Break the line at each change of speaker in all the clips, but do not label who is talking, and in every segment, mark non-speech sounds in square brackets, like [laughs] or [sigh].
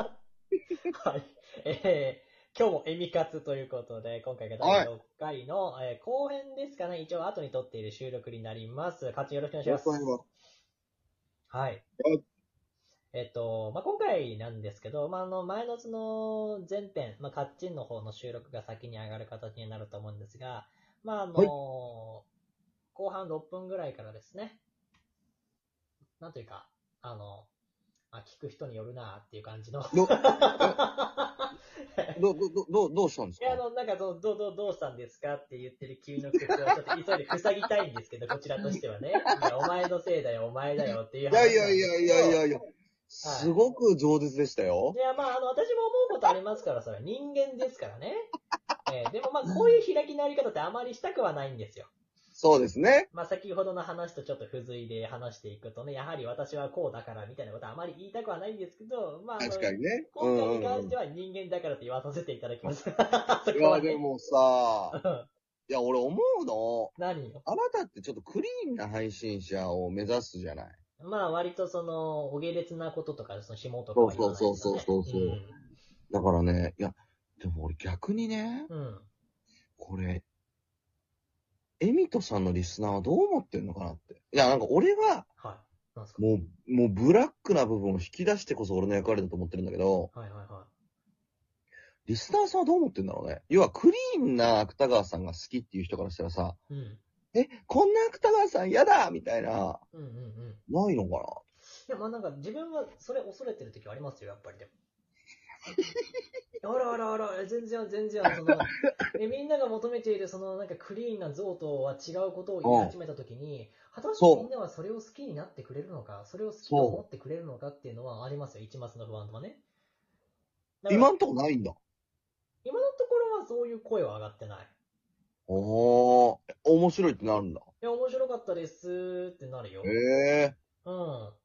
はい。えー、今日もエミ活ということで、今回が第6回の、えー後編ですかね。一応後に撮っている収録になります。勝ちよろしくお願いします。はい
はい。
えっと、まあ、今回なんですけど、まあ、あの、前のその前編、まあ、カッチンの方の収録が先に上がる形になると思うんですが、まあ、あの、
はい
後半6分ぐらいからですね、なんというか、あの、あ、聞く人によるなっていう感じの。
ど、ど、ど、ど、どう、どうしたんです
いや、あ
か
の、なんかその、どう、どう、どうしたんですかって言ってる君の口をちょっと急いで塞ぎたいんですけど、こちらとしてはね。いや、お前のせいだよ、お前だよっていう
いやいやいやいやい
い
やいや、すごく饒舌でしたよ。
や、まあ、あの、私も思うことありますから、それは人間ですからね。えーでもまあ、こういう開きのあり方ってあまりしたくはないんですよ。
そうですね。
まあ、先ほどの話とちょっと付随で話していくとね、やはり私はこうだからみたいなことはあまり言いたくはないんですけど、まあ、あの
確かにね。う
今回に
んうん
関
う
し
ん。
て
い
は人間だからと言わさせていただき
[laughs]
ます。そこは
や、
ね
でもさ、いや、俺思うの。
[laughs] 何よ。
あなたってちょっとクリーンな配信者を目指すじゃない。
まあ割とその、お下劣なこととか、その紐とかは言わないですよね
そうそうそうそうそうだからね、いや、でも俺逆にね、
うん。うん
これ、エミトさんのリスナーはどう思ってんのかなって。いや、なんか俺は、
はい。なんすか
もう、もうブラックな部分を引き出してこそ俺の役割だと思ってるんだけど、
はいはいはい。
リスナーさんはどう思ってんだろうね。要はクリーンな芥川さんが好きっていう人からしたらさ、
うん。
え、こんな芥川さん嫌だみたいな、
うんうんうん。い
ないのかな
や、まあなんか自分はそれ恐れてる時はありますよ、やっぱりでも。あらあらあら、全然全然、その、えみんなが求めているそのなんかクリーンな像とは違うことを言い始めた時に、果たして
そう
みんなはそれを好きになってくれるのか、それを好きと思ってくれるのかっていうのはありますよ、一抹の不安とかね。だから
今んとこないんだ。
今のところはそういう声は上がってない。
おー、面白いってなるんだ。
いや、面白かったですってなるよ。うん。
え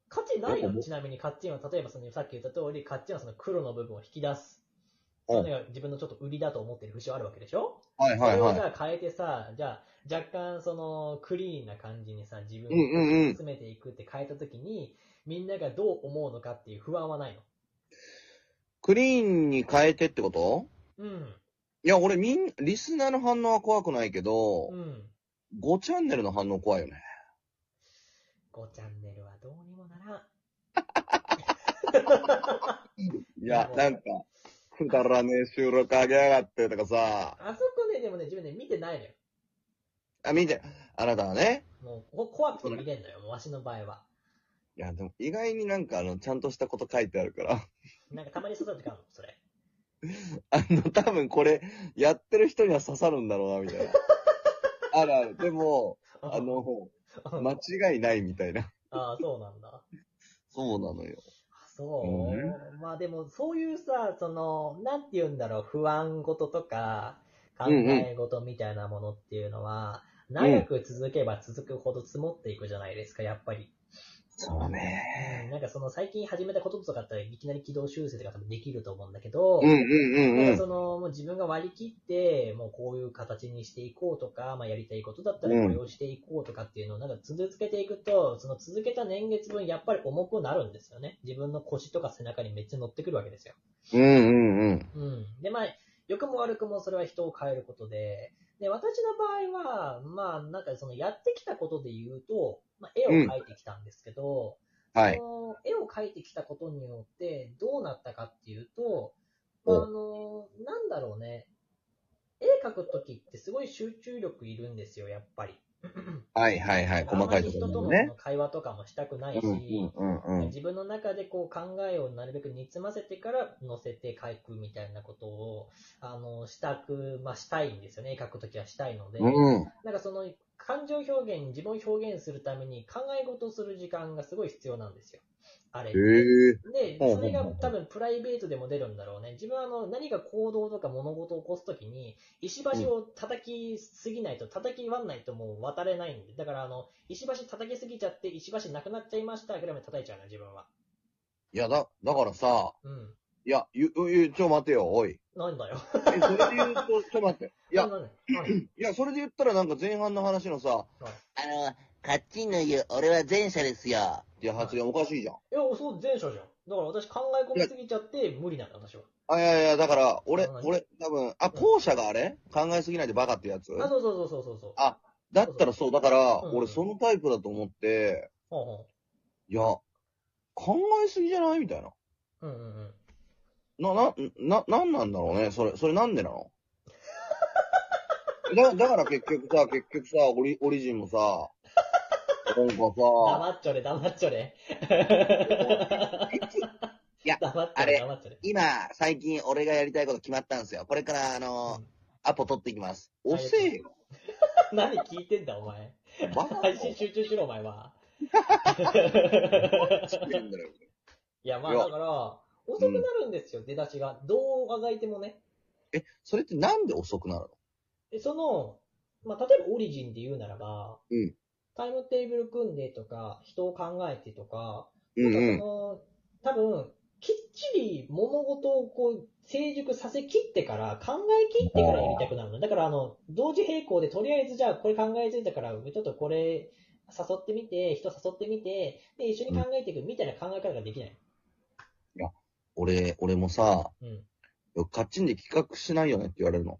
価値ない
やっ
よ
ぱ。も
ちなみに、カッチンは、例えばその、さっき言った通り、カッチンはその黒の部分を引き出す。
うん
それが自分のちょっと売りだと思ってる節はあるわけでしょ
ー、はいはいはい
それ。をじゃあ変えてさ、じゃあ、若干その、クリーンな感じにさ、自分
うんうんう
を
ん
詰めていくって変えたときに、みんながどう思うのかっていう不安はないの。
クリーンに変えてってこと
うん。
いや、俺みん、リスナーの反応は怖くないけど
う、ん。
5チャンネルの反応怖いよね。
5チャンネルはどうにもならん。
いや、なんか、くだらねえ収録あげやがってとかさ、
あそこね、でもね、自分ね、見てないのよ。
あ、見て、あなたはね、
もう、こ怖くて見れんのよ、もうわしの場合は。
いや、でも意外になんかあの、ちゃんとしたこと書いてあるから、 [laughs]
なんかたまに刺さる時あるの、それ。
あの、多分これ、やってる人には刺さるんだろうな、みた
[laughs]
いな。あるある。でも、あの、間違いないみたいな。
ああ、そうなんだ。
そうなのよ。
あそうう。まあでも、そういうさ、その、なんて言うんだろう、不安事とか、考え事みたいなものっていうのは、長く続けば続くほど積もっていくじゃないですか、やっぱり。
そうね。
うんなんかその最近始めたこととかだったらいきなり軌道修正とか多分できると思うんだけど、
うんうんう
なん
んう
か
ん。
その、もう自分が割り切って、もうこういう形にしていこうとか、まあやりたいことだったらこれをしていこうとかっていうのをなんか続けていくと、その続けた年月分やっぱり重くなるんですよね。自分の腰とか背中にめっちゃ乗ってくるわけですよ。
うんうんうん。
うん。で、まあ、良くも悪くもそれは人を変えることで、で、私の場合は、まあなんかそのやってきたことで言うと、まあ絵を描いてきたんですけど、
はい
そ。の絵を描いてきたことによってどうなったかっていうと、あ
お
の、なんだろうね。絵描くときってすごい集中力いるんですよ、やっぱり。
はいはいはい。細かい
あん
とこ
まり人と
ろ
の
もね。
会話とかもしたくないし、
うんうんうんうん。
自分の中でこう考えをなるべく煮詰ませてから載せて書くみたいなことを、あの、したく、まあ、したいんですよね。絵描くときはしたいので。
うん。
なんかその、感情表現、自分を表現するために考え事をする時間がすごい必要なんですよ。あれって。
ええ
で、
ほうほうほう
それが多分プライベートでも出るんだろうね。自分はあの何か行動とか物事を起こすときに、石橋を叩きすぎないと、叩き割んないともう渡れないんで。だからあの、石橋叩きすぎちゃって、石橋なくなっちゃいましたぐらいまで叩いちゃうの、自分は。
いや、だ、だからさ、
うん。
いや、ゆ、ゆ、ちょ、待てよ、おい。
なんだよ。
え、それで言うと、ちょ、待って。いや
な、んだよはい
いや、それで言ったらなんか前半の話のさ、
はい
あの、カッチンの言う、俺は前者ですよ。っていう発言おかしいじゃん。
いや、そう、前者じゃん。だから私考え込みすぎちゃって無理なんだ、私は。
あ、いやいや、だから、俺、
うん
俺、多分、あ、後者があれ考えすぎないでバカってやつ
あ、そうそうそうそうそう。
あだったらそう、だから、
うん
俺そのタイプだと思って、
ほうほ
いや、考えすぎじゃないみたいな。
う。うんうんうん。
な、な、な、なんなんだろうねそれ、それなんでなの [laughs] だだから結局さ、結局さ、オリ、オリジンもさ、なんかさ、
黙っちょれ、黙っちょれ。
や
黙っちょ
あれ
れ、黙っちょれ。
今、最近俺がやりたいこと決まったんですよ。これから、あの
うん
アポ取ってきます。
はい
遅えよ。
何聞いてんだ、お前。
バカ
配信集中しろ、お前は。
なんだよ。
いや、まあ、
いや
だから、遅くなるんですよ、出だしが。どうあがいてもね。
え、それってなんで遅くなるの
で、その、まあ、例えばオリジンで言うならば、
うん
タイムテーブル組んでとか、人を考えてとか、
うんう
そ
ん。
の、多分、きっちり物事をこう、成熟させきってから、考えきってからやりたくなるの。だから、あの、同時並行で、とりあえずじゃあこれ考えついたから、ちょっとこれ、誘ってみて、人誘ってみて、で、一緒に考えていくみたいな考え方ができない。
俺、俺もさ、
うん。
カッチンで企画しないよねって言われるの。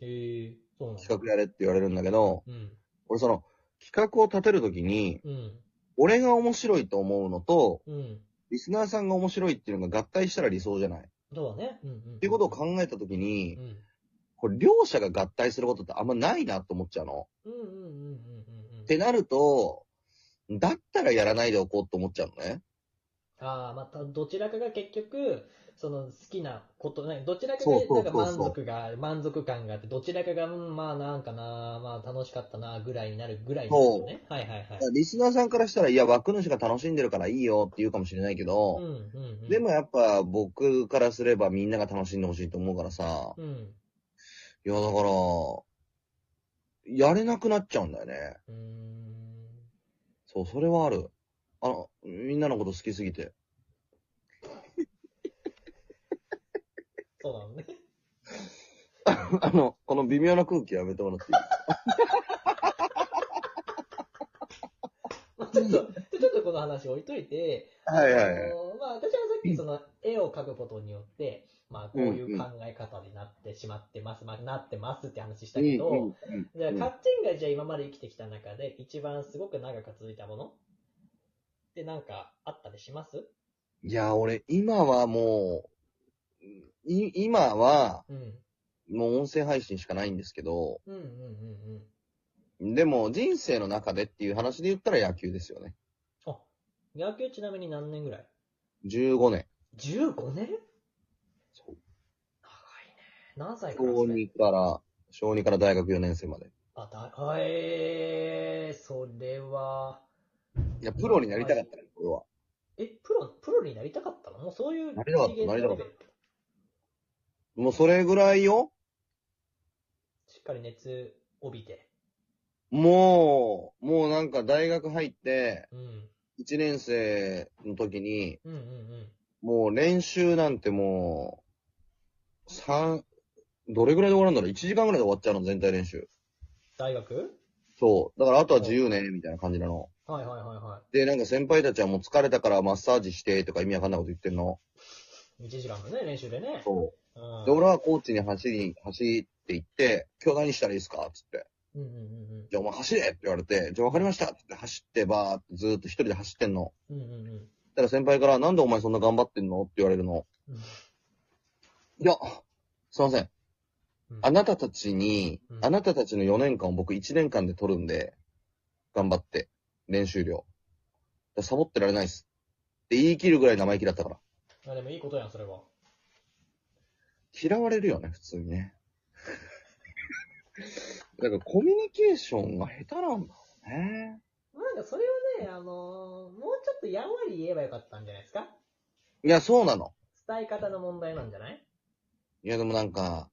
へえ、そうなんだ。
企画やれって言われるんだけど、
うん。
俺その、企画を立てるときに、
うん。
俺が面白いと思うのと、
うん。
リスナーさんが面白いっていうのが合体したら理想じゃないっ
そうだね。うん。うん。って
いうことを考えたときに、
うん。
これ両者が合体することってあんまないなと思っちゃうの。
うんうんうんうんうんうん。
ってなると、だったらやらないでおこうと思っちゃうのね。
ああ、また、どちらかが結局、その好きなことね、どちらか
そうそう
が、
そ
な
うん
か満
そう
足が、満足感があって、どちらかが、うんまあなんかな、まあ楽しかったな、ぐらいになるぐらいになるよね。はいはいはい。
リスナーさんからしたら、いや、枠主が楽しんでるからいいよって言うかもしれないけ
うん
ど、
うんうん。
でもやっぱ僕からすればみんなが楽しんでほしいと思うからさ、
うん。
いや、だから、やれなくなっちゃうんだよね。
うーん。
そう、それはある。あの、みんなのこと好きすぎて。 [laughs]
そうなのね。 [laughs]
あの、この微妙な空気やめてもらっていい
まあちょっと、ちょっとこの話置いといて、
は
あのまあ、私はさっきその絵を描くことによって、まあ、こういう考え方になってしまってます、まあ、なってますって話したけど、じゃあ、カッチンがじゃあ今まで生きてきた中で、一番すごく長く続いたものってなんかあったりします
いや、俺、今はもう、い今は、
うん。
もう音声配信しかないんですけど、
うんうんうんうん。
でも人生の中でっていう話で言ったら野球ですよね。
あ、野球ちなみに何年ぐらい
15年。
?15 年
そう
長いね。何歳から
小
それ
2から、小2から大学4年生まで。
あ、だ、あえー、それは、
いや、プロになりたかったね、俺は。
え、プロ、プロになりたかったのもうそういう
なりたかった
次元
なりたかった
で
もうそれぐらいよ
しっかり熱帯びて。
もう、もうなんか大学入って、
うん。
1年生の時に、
うんうんうん。
もう練習なんてもう、三、どれぐらいで終わるんだろう ?1 時間ぐらいで終わっちゃうの、全体練習。
大学
そう。だからあとは自由ね、みたいな感じなの。
はいはいはいは
で、なんか先輩たちはもう疲れたからマッサージして、とか意味わかんないこと言ってんの。
い。1時間のね、練習でね。
そうう。
ん。
で、俺はコーチに走り、走って行って、今日何したらいいですかつって。
うんうんうんうん。
じゃあお前走れって言われて、じゃあわかりましたつって走ってばーってずーっと一人で走ってんの。
うんうんうん。
だから先輩から、なんでお前そんな頑張ってんのって言われるの。いや、すいません。
うん
あなたたちに、
うん
あなたたちの4年間を僕1年間で取るんで、頑張って、練習量。だサボってられないっす。って言い切るぐらい生意気だったから。
あでもいいことやん、それは。
嫌われるよね、普通にね。 [laughs] だからコミュニケーションが下手なんだろうね。
なんかそれはね、あのーもうちょっとやんわり言えばよかったんじゃないですか
いや、そうなの。
伝え方の問題なんじゃない
いや、でもなんか、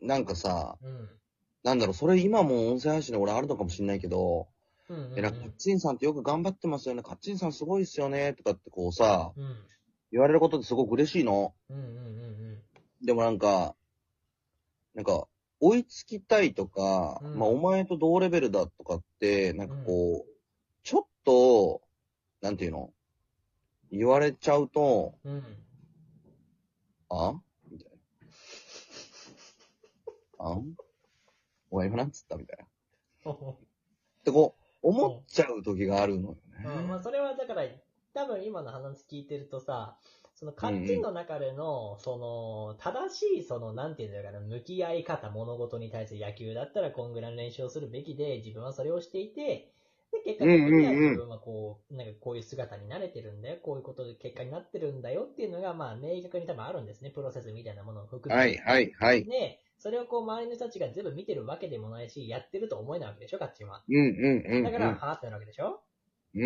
なんかさ、
うん。
なんだろう、それ今も音声配信で俺あるのかもしんないけど、
うんうん、うん。
え、なんか、カッチンさんってよく頑張ってますよね、カッチンさんすごいっすよね、とかってこうさ、
うん。
言われることってすごく嬉しいの。
うんうんうん
でもなんか、なんか、追いつきたいとか、
うん
まあお前と同レベルだとかって、なんかこう、ちょっと、なんていうの言われちゃうと、
うん。
あんみたいな。あんお前今なんつったみたいな。ってこう、思っちゃう時があるのよ
うん、ま
ね。
あそれはだから、多分今の話聞いてるとさ、その価値の中での、その、正しい、その、なんていうんだから、向き合い方、物事に対する野球だったら、こんぐらいの練習をするべきで、自分はそれをしていて、で、結果的には
うんうんうん
自分はこう、なんかこういう姿に慣れてるんだよ、こういうことで結果になってるんだよっていうのが、まあ、明確に多分あるんですね、プロセスみたいなものを含めて。
はい、はい、はい。
で、それをこう、周りの人たちが全部見てるわけでもないし、やってると思えないわけでしょ、カッチンは。
うん、うん、うん。
だから、はーってなるわけでしょ
うん。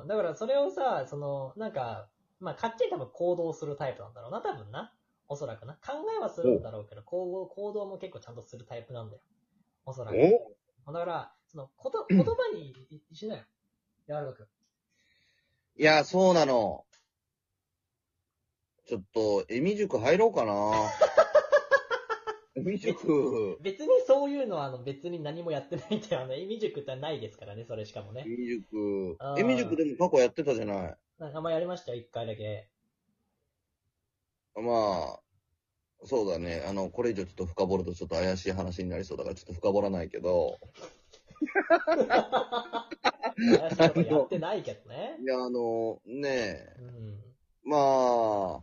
うん、だからそれをさ、その、なんか、まあ、かっちり多分行動するタイプなんだろうな、多分な。おそらくな。考えはするんだろうけど、行動行動も結構ちゃんとするタイプなんだよ。おそらく。だから、その、こと、言葉にしない。やるく。
いや、そうなの。ちょっと、エミ塾入ろう
[laughs]
かな。エミ塾、
別にそういうのは、あの、別に何もやってないんだよね。意味塾ってないですからね、それしかも
エ
ね。
ミ塾
あ。ー
エミ塾でも過去やってたじゃない。
なんかあんまやりましたよ、一回だけ。
まあ、そうだね。あの、これ以上ちょっと深掘るとちょっと怪しい話になりそうだからちょっと深掘らないけど。
怪しいことやってないけどね。
いや、あの、ねえ、
うん。
まあ、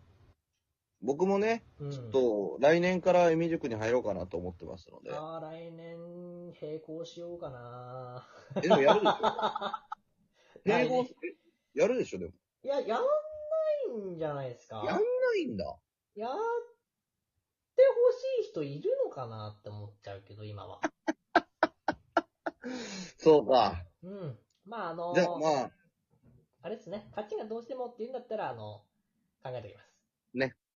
僕もね、
うん、
ちょっと、来年からエミ塾に入ろうかなと思ってますので。
ああ、来年、並行しようかな。
え、でもやる
[laughs]
でしょ
来
並
年
行、えやるでしょでも。
いや、やんないんじゃないですか。
やんないんだ。
やってほしい人いるのかなって思っちゃうけど、今は。
そうか。
うん。まあ、あの
じゃあ、まあ、
あれですね。勝ちがどうしてもって言うんだったら、あの、考えておきます。
ね。